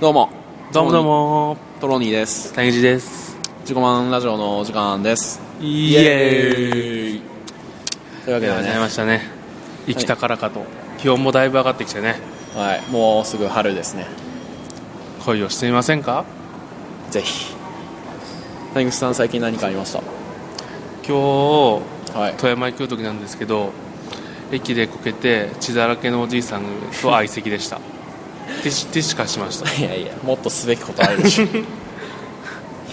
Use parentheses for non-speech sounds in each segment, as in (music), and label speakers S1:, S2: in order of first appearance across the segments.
S1: どうも
S2: どうもどうも
S1: トロニーです
S2: 谷口です
S1: 自己満ラジオのお時間です
S2: イエーイ
S1: イというわけ
S2: ありが
S1: で
S2: とうござい
S1: ね
S2: ましたね生きたからかと気温もだいぶ上がってきてね
S1: はいもうすぐ春ですね
S2: 恋をしてみませんか
S1: ぜひ谷口さん最近何かありまし
S2: 今日
S1: たはい
S2: 富山行く時なんですけど駅でこけて血だらけのおじいさんと相席でした (laughs) ティッシュティッシュ化しました
S1: いやいやもっとすべきことあるで
S2: (laughs)
S1: しょ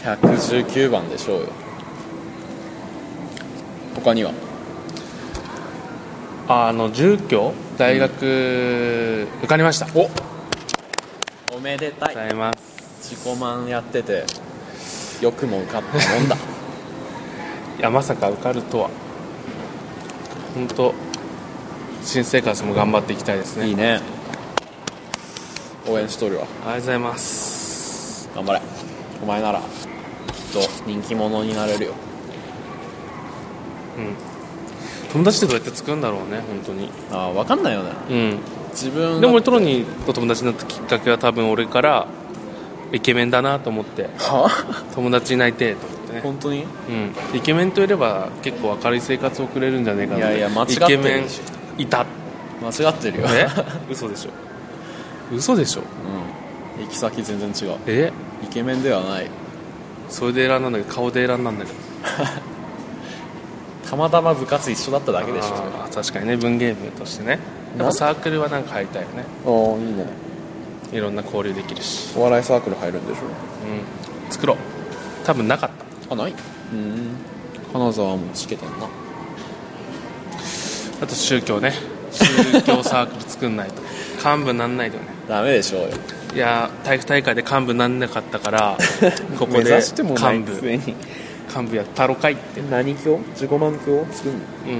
S1: 119番でしょうよ他には
S2: あの住居大学、受かりましたありがとう
S1: おめでたい
S2: ございます
S1: 自己満やっててよくも受かったもんだ
S2: いやまさか受かるとは本当新生活も頑張っていきたい (laughs) ですね
S1: いいね応援しとるわ
S2: ありがとうございます
S1: 頑張れお前ならきっと人気者になれるよ
S2: 友達ってどうやって作るんだろうね本当に
S1: ああ分かんないよね
S2: う
S1: 自分
S2: んでも俺トロニーと友達になったきっかけは多分俺からイケメンだなと思って
S1: はあ
S2: 友達になりてえと思ってね、
S1: 本当に
S2: うん、イケメンといれば結構明るい生活を送れるんじゃねえかない
S1: やいや間違って
S2: イ
S1: る
S2: ケメンいた
S1: 間違ってるよ、
S2: え (laughs) 嘘でしょ嘘でしょ
S1: うん、行き先全然違う
S2: え
S1: イケメンではない
S2: それで選んだんだけど顔で選んだんだけど
S1: たまたま部活一緒だっただけでしょ
S2: あー確かにね文芸部としてねやっぱサークルはなんか入りたいよね
S1: おいいね
S2: いろんな交流できるし、
S1: お笑いサークル入るんでし
S2: うん、作ろう多分なかった
S1: ょあないうん金沢もチケてんな
S2: あと宗教ね宗教サークル作んないと (laughs) 幹部になんないとね
S1: ダメでしょうよ
S2: いやー体育大会で幹部になんなかったから
S1: (laughs)
S2: ここ
S1: 目
S2: で
S1: 指
S2: 幹
S1: してもないく
S2: 部
S1: せに
S2: 幹部やったろかいって
S1: 何教自己満教作るの
S2: うん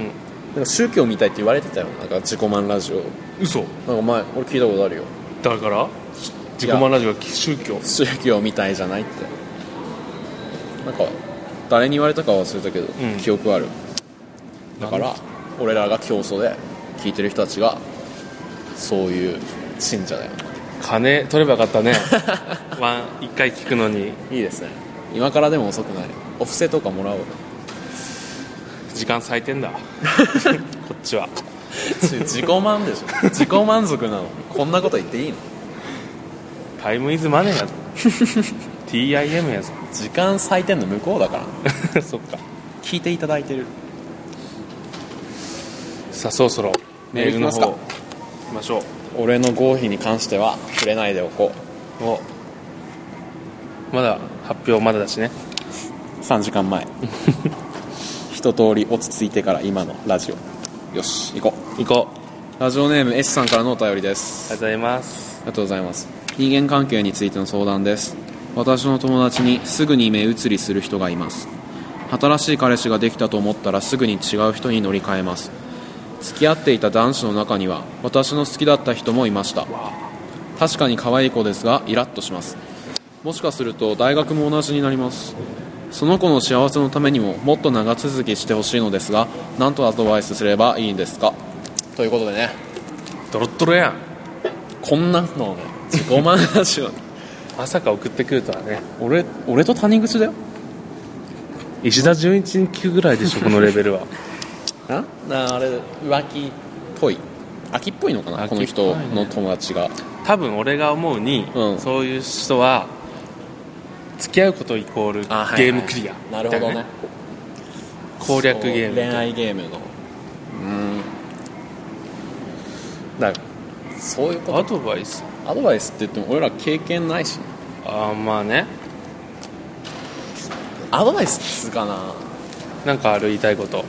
S1: なんか宗教みたいって言われてたよなんか自己満ラジオ
S2: 嘘
S1: なんか前俺聞いたことあるよ
S2: だから自己満ラジオは宗教
S1: 宗教みたいじゃないってなんか誰に言われたかは忘れたけど、
S2: うん
S1: 記憶あるだか
S2: な
S1: ら俺らが教祖で聞いてる人たちがそういう信者だよ
S2: 金取ればよかったね (laughs) ワン一回聞くのに
S1: いいですね今からでも遅くないお布施とかもらおう
S2: 時間割い
S1: (laughs)
S2: てんだこっちは
S1: 自己満でしょ自己満足なのこんなこと言っていいの
S2: タイムイズマ
S1: (laughs)
S2: ネーやぞ TIM やぞ (laughs)
S1: 時間割いてんの向こうだから
S2: そっか
S1: 聞いていただいてる
S2: さあそろそろメールの方
S1: メール行
S2: 行きましょう
S1: 俺の合否に関しては触れないでおこ
S2: おまだ発表まだだしね
S1: う3時間 (laughs) 前一通り落ち着いてから今のラジオよし行こう
S2: 行こう
S1: ラジオネーム S さんからのお便りで
S2: ありがとう
S1: す
S2: ございます
S1: ありがとうございます人間関係についての相談です私の友達にすぐに目移りする人がいます新しい彼氏ができたと思ったらすぐに違う人に乗り換えます付き合っていた男子の中には私の好きだった人もいました確かに可愛い子ですがイラッとしますもしかすると大学も同じになりますその子の幸せのためにももっと長続きしてほしいのですが何とアドバイスすればいいんですかということでね
S2: ドロッドロやん
S1: こんなのをね自己満ラジオ
S2: まさか送ってくるとはね
S1: 俺俺と谷口だよ
S2: 石田純一に聞くぐらいでしょこのレベルは
S1: ななあれ浮気っぽい秋っぽいのかな
S2: 秋っ
S1: こ
S2: ぽい
S1: の
S2: ね
S1: 人の友達が
S2: 多分俺が思うに、
S1: うん
S2: そういう人は付き合うことイコールゲームクリア
S1: なるほどね
S2: 攻略ゲーム
S1: 恋愛ゲームの
S2: だ
S1: そういうこ
S2: アドバイス
S1: とアドバイスって言っても俺ら経験ないし
S2: ああまあね
S1: アドバイスっつうかな
S2: なんかある言いたいこと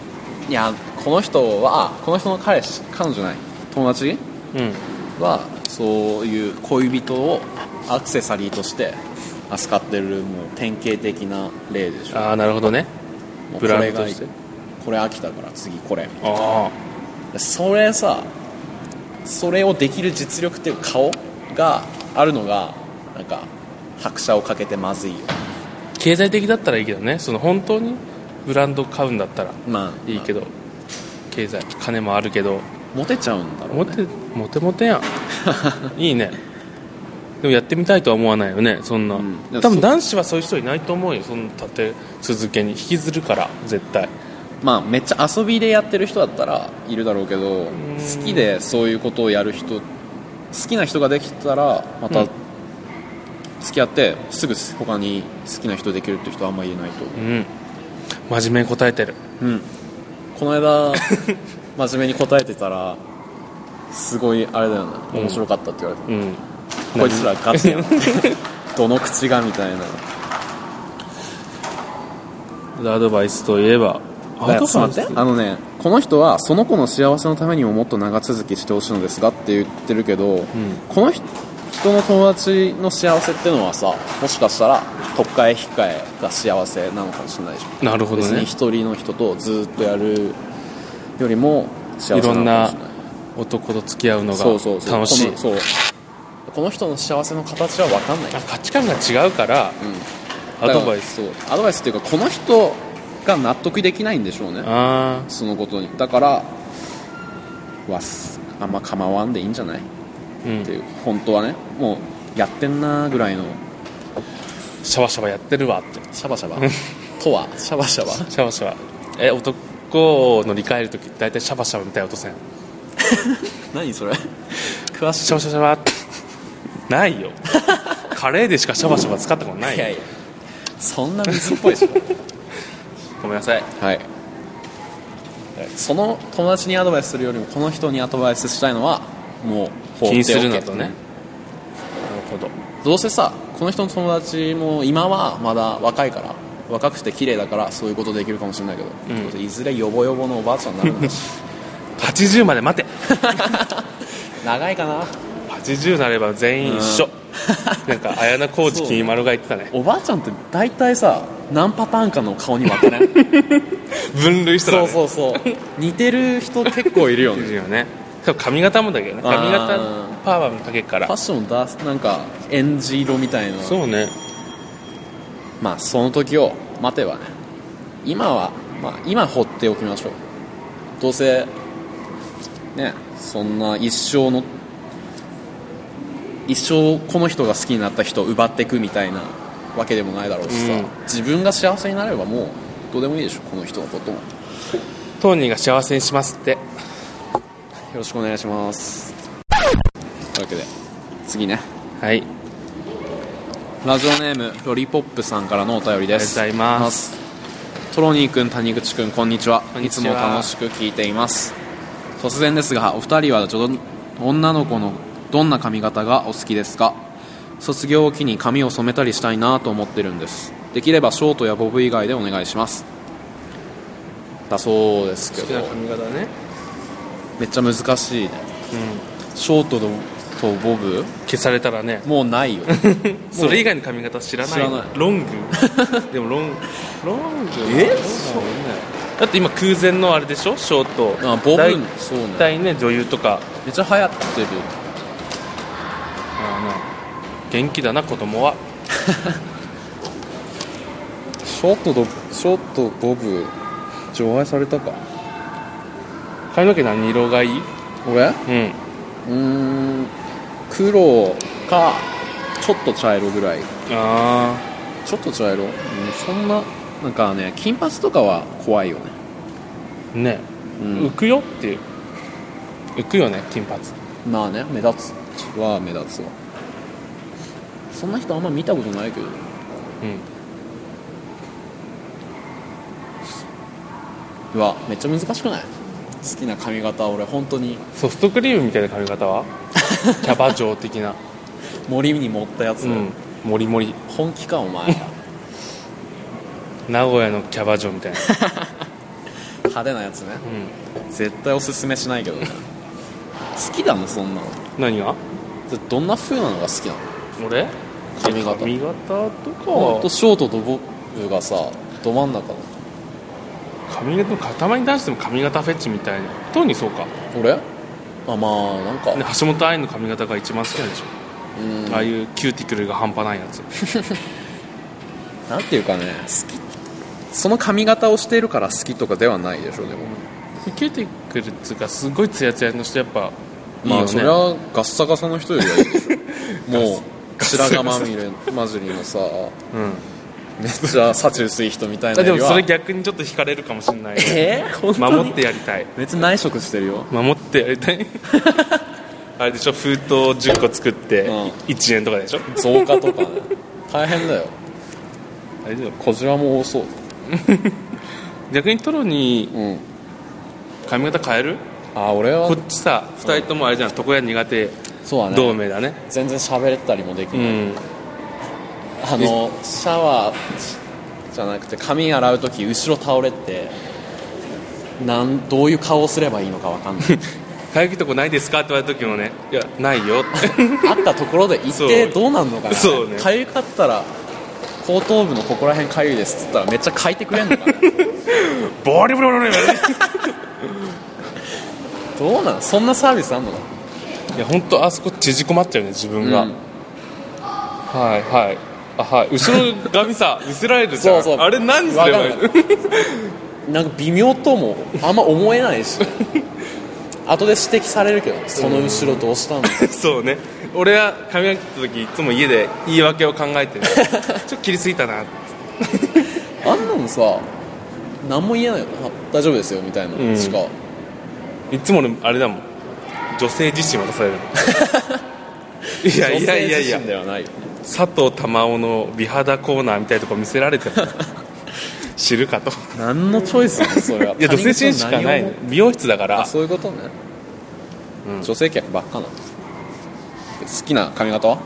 S1: いやこの人はこの人の彼氏彼女じゃない友達
S2: うん
S1: はそういう恋人をアクセサリーとして扱ってるもう典型的な例でしょ
S2: ああなるほどね
S1: もう
S2: ブラン
S1: こ
S2: ド
S1: れ
S2: と
S1: が
S2: して
S1: これ飽きたから次これ
S2: あ
S1: それさそれをできる実力っていう顔があるのがなんか拍車をかけてまずいよ
S2: あ経済的だったらいいけどねその本当にブランド買うんだったら
S1: まあ
S2: いいけ
S1: ど
S2: ど経済金もあるけど
S1: モテちゃうんだろう (laughs)
S2: モテモテモテやんいいねでもやってみたいとは思わないよねそんな、
S1: うん
S2: 多分男子はそういう人いないと思うよその立て続けに引きずるから絶対
S1: まあめっちゃ遊びでやってる人だったらいるだろうけど好きでそういうことをやる人好きな人ができたらま
S2: う
S1: た
S2: ん
S1: 付き合ってすぐ他に好きな人できるって人はあんまりいないと思う
S2: うん真面目に答えてる
S1: うん、この
S2: (laughs)
S1: 間真面目に答えてたらすごいあれだよね
S2: うん
S1: 面白かったって言われて、
S2: うん
S1: こいつらガチやなって (laughs) どの口がみたいな
S2: アドバイスといえば
S1: だからちょっと待って
S2: アドバイス
S1: あのねこの人はその子の幸せのためにももっと長続きしてほしいのですがって言ってるけど、この人の友達の幸せってのはさもしかしたら特会引っ換えが幸せなのかもしれないじゃん
S2: なるほど
S1: 別に
S2: ね
S1: 一人の人とずっとやるよりも幸
S2: い
S1: せ
S2: ろ
S1: なのかもしれ
S2: ん
S1: な
S2: ない男と付き合うのが
S1: そうそうそう
S2: 楽しい
S1: このそうこの人の幸せの形は分かんない
S2: あ価値観が違うからアドバイス
S1: だからそうアドバイスっていうかこの人が納得できないんでしょうね
S2: ああ
S1: そのことにだからわすあんま構わんでいいんじゃないっ
S2: うん
S1: ていう本当はねもうやってんなぐらいの
S2: シャバシャバやってるわって
S1: シャバ (laughs) シャバとはシャバシャバ
S2: (laughs) シャバシャバえ男を乗り換える時大体シャバシャバみたいな音せん
S1: (laughs) 何 (laughs) それ
S2: 詳しいシャバシャバシャバって (laughs) な
S1: (laughs)
S2: いよカレーでしかシャバシャバ使ったことないいよ
S1: やいやそんな水っぽいでしょ
S2: ごめんなさい
S1: (laughs) はい、その友達にアドバイスするよりもこの人にアドバイスしたいのはもう放っておけ
S2: 気にするなとね
S1: なるほどどうせさこの人の友達も今はまだ若いから若くて綺麗だからそういうことできるかもしれないけど、
S2: う
S1: いずれヨボヨボのおばあちゃんになるんだ
S2: (laughs)
S1: し
S2: 80まで待て
S1: 長いかな
S2: 80なれば全員一緒 (laughs) なんか綾小路きみまろが言ってたね
S1: おばあちゃんって大体さ何パターンかの顔に分か
S2: (laughs)
S1: れん
S2: 分類したら、
S1: そう
S2: ね、
S1: そうそう似てる人結構いるよ
S2: い
S1: ね
S2: るよねしかも髪型もだけどね
S1: あー
S2: 髪型パワーもかけっか
S1: ファッ
S2: ら
S1: ションだなんかエンジ色みたいな
S2: そうね
S1: まあその時を待てばね今は、まあ、今放っておきましょうどうせねそんな一生の一生この人が好きになった人を奪っていくみたいなわけでもないだろうしさ、
S2: うん
S1: 自分が幸せになればもうどうでもいいでしょこの人のこともよ
S2: 当人が幸せにしますって
S1: ろしくお願いしますというわけで次ね
S2: はい
S1: ラジオネームロリポップさんからのお便りです
S2: ありがとうございます
S1: トロニー君谷口君こんにちは
S2: こんにちはい
S1: つも楽しく聞いています突然ですがお二人は女女の子のどんな髪型がお好きですか卒業を機に髪を染めたりしたいなと思ってるんですできればショートやボブ以外でお願いしますだそうですけ
S2: 好き
S1: ど
S2: な髪型ね
S1: めっちゃ難しいねショートととボブ
S2: 消されたらね
S1: もうない
S2: (laughs)
S1: よね
S2: それ以外の髪型知らない
S1: 知らない
S2: ロ (laughs) ングでもロンロング
S1: え
S2: そうだって今空前のあれでしょショート
S1: あボブ
S2: 大
S1: そうね
S2: 体ね女優とか
S1: めっちゃ流行ってる
S2: あの元気だな子供は
S1: ショートとショートボブ除外されたか
S2: 髪の毛何色がいい
S1: 俺う
S2: うん
S1: ーん黒かちょっと茶色ぐらい
S2: ああ
S1: ちょっと茶色、うん、そんななんかね金髪とかは怖いよね
S2: ね、
S1: うん
S2: 浮くよっていう浮くよね金髪
S1: まあね目立つは目立つわそんな人あんま見たことないけど
S2: う
S1: うわめっちゃ難しくない好きな髪型俺本当に
S2: んソフトクリームみたいな髪型 (laughs) はキャバ嬢的な
S1: 森に持ったやつ、
S2: うんモリモリ
S1: 本気かお前
S2: 名古屋のキャバ嬢みたいな、
S1: 派手なやつね
S2: うん、
S1: 絶対おすすめしないけどね好きだもんそんなの
S2: 何が
S1: でどんな風なのが好きなの
S2: 俺
S1: 髪型
S2: 髪型とか
S1: ほんと
S2: は
S1: ショートとボブがさど真ん中の
S2: 髪型の塊に対しても髪型フェチみたいな当にそうか、ね、
S1: 俺あまあなんか、
S2: 橋本愛の髪型が一番好きなんでしょ、
S1: うん
S2: ああいうキューティクルが半端ないやつ
S1: なんていうかね好きその髪型をしているから好きとかではないでしょでも
S2: キューティクルっつうかすごいツヤツヤの人やっぱいいよ
S1: (laughs) ま
S2: ね、
S1: あそれはガッサガサの人よりはいいでしょもう白髪まみれ混じりの (laughs) さ
S2: うん
S1: めっちゃ幸薄い人みたいな
S2: あで
S1: よ
S2: も
S1: りは
S2: それ逆にちょっと惹かれるかもしれない
S1: (laughs) えー、本当に
S2: 守ってやりたい
S1: めっちゃ内職してるよ
S2: 守ってやりた
S1: (laughs)
S2: いあれでしょ封筒10個作って
S1: うん
S2: 1円とかでしょ
S1: 増加とかね大変だよ
S2: 大丈夫
S1: 小じわも多そう
S2: 逆にトロに
S1: うん
S2: 髪型変える
S1: あ俺は
S2: こっちさ2人ともあれじゃん床屋苦手
S1: そうだ
S2: 同
S1: ね
S2: 盟だね
S1: 全然喋れたりもでき
S2: う
S1: ない、
S2: ん
S1: あのシャワーじゃなくて髪洗う時後ろ倒れてなんどういう顔をすればいいのかわかんない
S2: (laughs) 痒いとこないですかって言われた時もねいやないよって
S1: (laughs) 会ったところで行って
S2: そう
S1: どうなんのかな
S2: そうね
S1: かゆかったら後頭部のここら辺かゆいですっつったらめっちゃかいてくれん
S2: (laughs)
S1: のかな
S2: ボリボリボリボリ
S1: どうなんそんなサービスあんのか
S2: いや本当あそこ縮こまっちゃうね自分が、
S1: うん
S2: はいはいあはい後ろ髪
S1: (laughs)
S2: さ見せられるじゃ
S1: そ
S2: ん
S1: うそう
S2: あれ何すればいい
S1: わ (laughs) ななんか微妙ともあんま思えない
S2: (laughs)
S1: し後で指摘されるけどその後ろどうしたの
S2: (laughs) そうね俺は髪が切った時いつも家で言い訳を考え
S1: (laughs)
S2: てるちょっと切りすぎたな
S1: あんなのさ何も言えないよあ大丈夫ですよみたいなのしか、
S2: いつも俺あれだもん女性自身渡
S1: (laughs)
S2: されるもんいやいやいやい
S1: 女性自
S2: や
S1: 身ではないよ
S2: 佐藤珠緒の美肌コーナーみたいなとこ見せられても知るかと
S1: 何のチョイスなのそれは
S2: いや女性自身しかない
S1: 何を
S2: の美容室だか
S1: あ
S2: ら
S1: そういうことね、
S2: うん
S1: 女性客ばっかなの好きな髪型は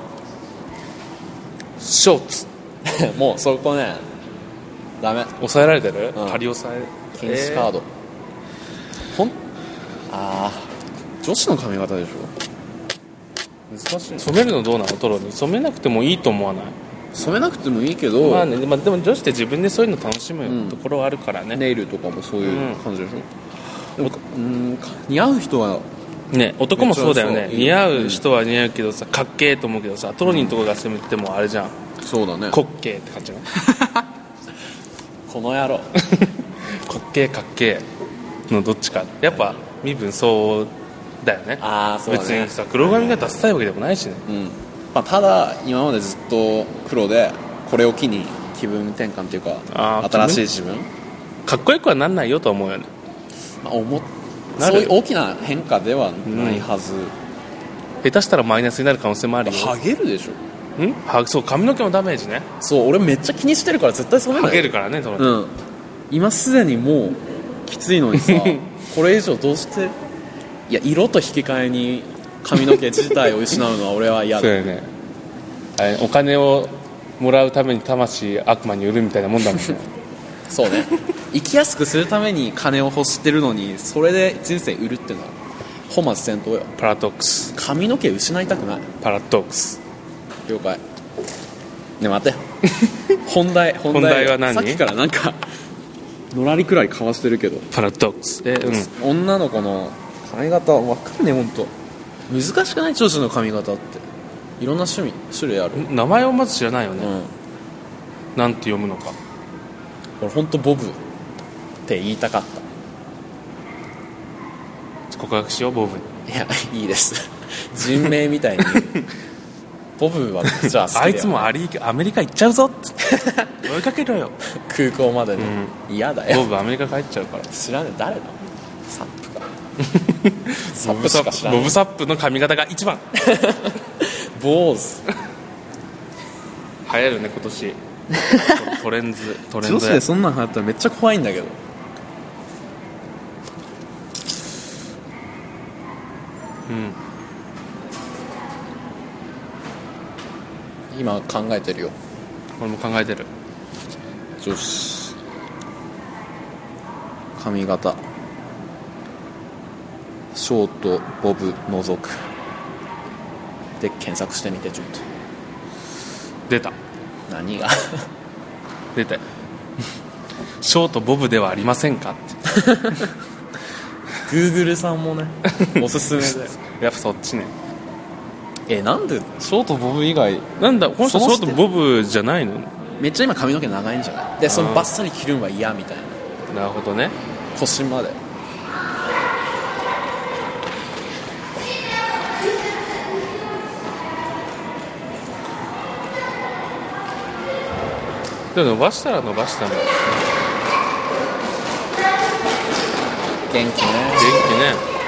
S2: ショーツ
S1: (laughs) もうそこねダメ
S2: 抑えられてる、
S1: うん
S2: 仮抑え
S1: 禁止カード、ほんああ女子の髪型でしょ難しいね
S2: 染めるのどうなのトロに染めなくてもいいと思わない
S1: 染めなくてもいいけど、
S2: まあね、まあ、でも女子って自分でそういうの楽しむ
S1: うん
S2: ところはあるからね,、
S1: ネイルとかもそういう感じでしょ、でもうんか似合う人は
S2: ね男もそうだよね
S1: めっちゃそう
S2: 似合う人は似合うけどさかっけえと思うけどさトロニーのとこが攻めてもあれじゃん
S1: そうだねこ
S2: 滑稽って感じ
S1: (laughs)
S2: じゃない
S1: の野郎
S2: 滑稽かっけえのどっちかやっぱ身分相応だよね
S1: ああそうだ
S2: 別
S1: ね
S2: にさ黒髪がダサいわけでもないしね
S1: うんまあ、ただ今までずっと黒でこれを機に気分転換っていう
S2: あ
S1: か
S2: ー
S1: 新しい自分、
S2: かっこよくはなんないよとは思うよね
S1: まあ、思っ
S2: な
S1: そ
S2: る
S1: ういう大きな変化ではないはず、
S2: 下手したらマイナスになる可能性もあるよ
S1: ハゲるでしょ
S2: んはそう髪の毛のダメージね
S1: そう俺めっちゃ気にしてるから絶対染めな
S2: ハ
S1: い
S2: ゲるからねトロニー
S1: うん今すでにもうきついのにさこれ以上どうしていや色と引き換えに髪の毛自体を失うのは俺は嫌
S2: そう
S1: だ
S2: だよねあれお金をもらうために魂悪魔に売るみたいなもんだもん (laughs) ね
S1: そうね生きやすくするために金を欲してるのにそれで人生売るってのは本末転倒よ
S2: パラドックス
S1: 髪の毛失いたくない
S2: パラドックス
S1: 了解ね待て本題本
S2: 本題は何
S1: さっきからなんかのらりくらいかわしてるけど
S2: パラドックスえうん
S1: 女の子の髪型わかんねえ本当難しくない女子の髪型っていろんな趣味種類ある
S2: 名前をまず知らないよ
S1: う
S2: ね、
S1: ん
S2: なんて読むのか
S1: 俺本当ボブって言いたかった
S2: 告白しようボブに
S1: いやいい (laughs) です人名みたいにボブはじ (laughs) ゃあ好きだよ
S2: あいつもアリアメリカ行っちゃう (laughs) ぞっつって追いかけろよ
S1: 空港までね嫌、だ
S2: ボ
S1: よ
S2: ブアメリカ帰っちゃうから
S1: 知らねえ誰だサップ (laughs) かサ
S2: ボ
S1: ッ
S2: ブ
S1: プ
S2: サ
S1: し
S2: ッ
S1: か
S2: プ
S1: 知らな
S2: ボ
S1: い
S2: ブサップの髪型が一 (laughs) 番
S1: 坊主
S2: 流行るね今 (laughs) 年トレンズトレン
S1: 女
S2: ド
S1: 子
S2: や
S1: でそんなん流行ったらめっちゃ怖いんだけど
S2: うん
S1: 今考えてるよ
S2: 俺も考えてる
S1: 女子髪型ショートボブ除くで検索してみてちょっと
S2: 出た
S1: 何が (laughs)
S2: 出てショートボブではありませんかって
S1: グーグルさんもねおすすめだよ
S2: (laughs) やっぱそっちね
S1: えなんでショートボブ以外
S2: なんだこの人シ
S1: そう
S2: ョ
S1: して
S2: ートボブじゃないの
S1: めっちゃ今髪の毛長いんじゃないでそ
S2: あ
S1: の
S2: ー
S1: バッサリ切るのは嫌みたいな
S2: なるほどね
S1: 腰まで
S2: でも伸ばしたら伸ばしたの元
S1: 元気ね
S2: 気ね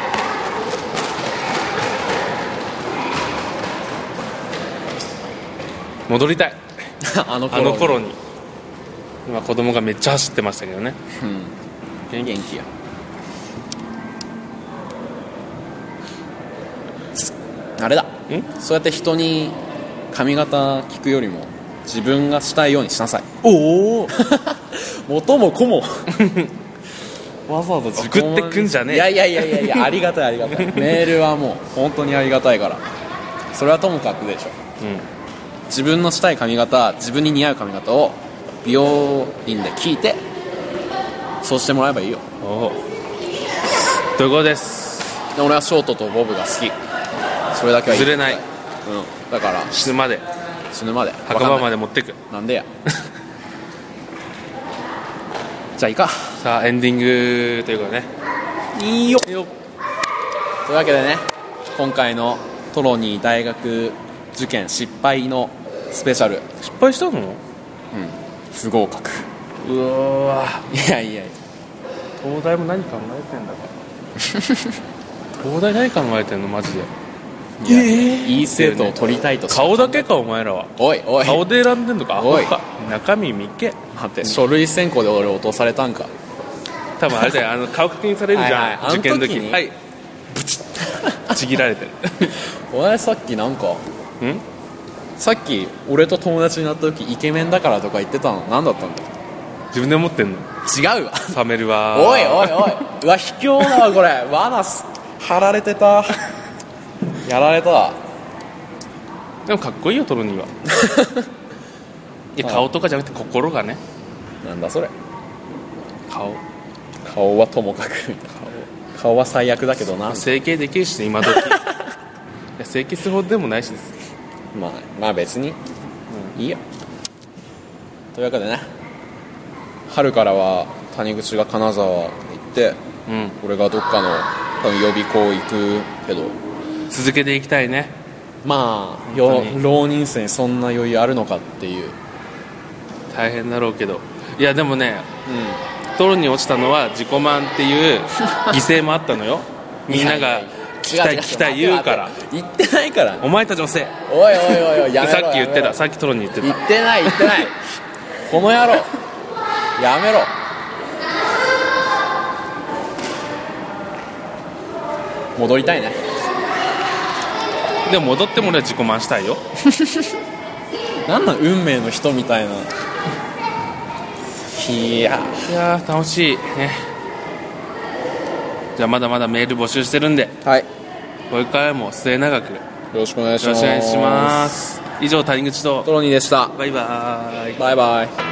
S2: 戻りたい
S1: (laughs) あの
S2: あ
S1: 頃
S2: の頃に今子供がめっちゃ走ってましたけどね
S1: うん、元気やあれだそうやって人に髪型聞くよりも自分がしたいようにしなさい
S2: おお
S1: (laughs) 元も子
S2: (laughs)
S1: もわざわざ
S2: 送ってくんじゃねえ
S1: いやいやいやいやい (laughs) やありがたいありが
S2: (laughs)
S1: たいメールはもう本当にありがたいからそれはともかくでしょ
S2: う
S1: 自分のしたい髪型自分に似合う髪型を美容院で聞いてそうしてもらえばいいよ
S2: んおおということです
S1: で俺はショートとボブが好きそれだけは言
S2: ずれない
S1: うんだから
S2: 死ぬまで
S1: 死ぬまで
S2: 墓場ま
S1: で
S2: で持ってく
S1: なんでや (laughs) じゃあいいか
S2: さあエンディングということでね
S1: いいよというわけでね今回のトロニー大学受験失敗のスペシャル
S2: 失敗したの
S1: 不合格
S2: うわー
S1: いやいやいや
S2: 東大も何考えてんだから (laughs) 東大何考えてんのマジで
S1: いやいい生徒を取りたいとし
S2: (laughs) 顔だけかお前らは
S1: おいおい
S2: 顔で選んでんのかアホ
S1: おい
S2: か中身見っけ
S1: 待って書類選考で俺落とされたんか
S2: 多分あれだよあの顔確認されるじゃん
S1: はいはい
S2: 受験の
S1: あの時
S2: 時
S1: に
S2: はいブチ (laughs) ッちぎられてる
S1: (laughs) お前さっきなんか
S2: ん
S1: さっき俺と友達になった時イケメンだからとか言ってたの何だったんだ
S2: 自分で思ってんの
S1: 違うわ
S2: 冷めるわ
S1: (laughs) おいおいおいうわ卑怯だわこれ罠す張られてた (laughs) やられたわ
S2: でもかっこいいよトロニーは (laughs) いや
S1: はい
S2: 顔とかじゃなくて心がね
S1: なんだそれ
S2: 顔
S1: 顔はともかく顔は最悪だけどな
S2: 整形できるしね (laughs) 今時いや整形するほどでもないしです
S1: まあ、まあ別に、いいよというわけでね春からは谷口が金沢行って
S2: うん
S1: 俺がどっかの多分予備校行くけど
S2: 続けていきたいね
S1: まあ
S2: 本
S1: よ
S2: 当に
S1: 浪人生にそんな余裕あるのかっていう
S2: 大変だろうけどいやでもねトロに落ちたのは自己満っていう (laughs) 犠牲もあったのよみんなが聞きたい聞きたい言うから
S1: 言ってないから
S2: お前たちのせい
S1: おいおいおいおいやめろ
S2: さっき言って
S1: やめ
S2: た
S1: ろ
S2: さっきトロに言って
S1: 言
S2: た
S1: ってない言ってないこの野郎やめろ戻りたいね
S2: でも戻っても俺は自己満したいよ
S1: なんなん運命の人みたいな。いや、
S2: いやー楽しいねじゃあまだまだメール募集してるんで
S1: はい、
S2: これからも末永くよ
S1: よろしくお願いし
S2: ろ
S1: ま
S2: し
S1: す。
S2: くお願いします以上谷口と
S1: トロニーでした。
S2: バイバーイ
S1: バイバイ。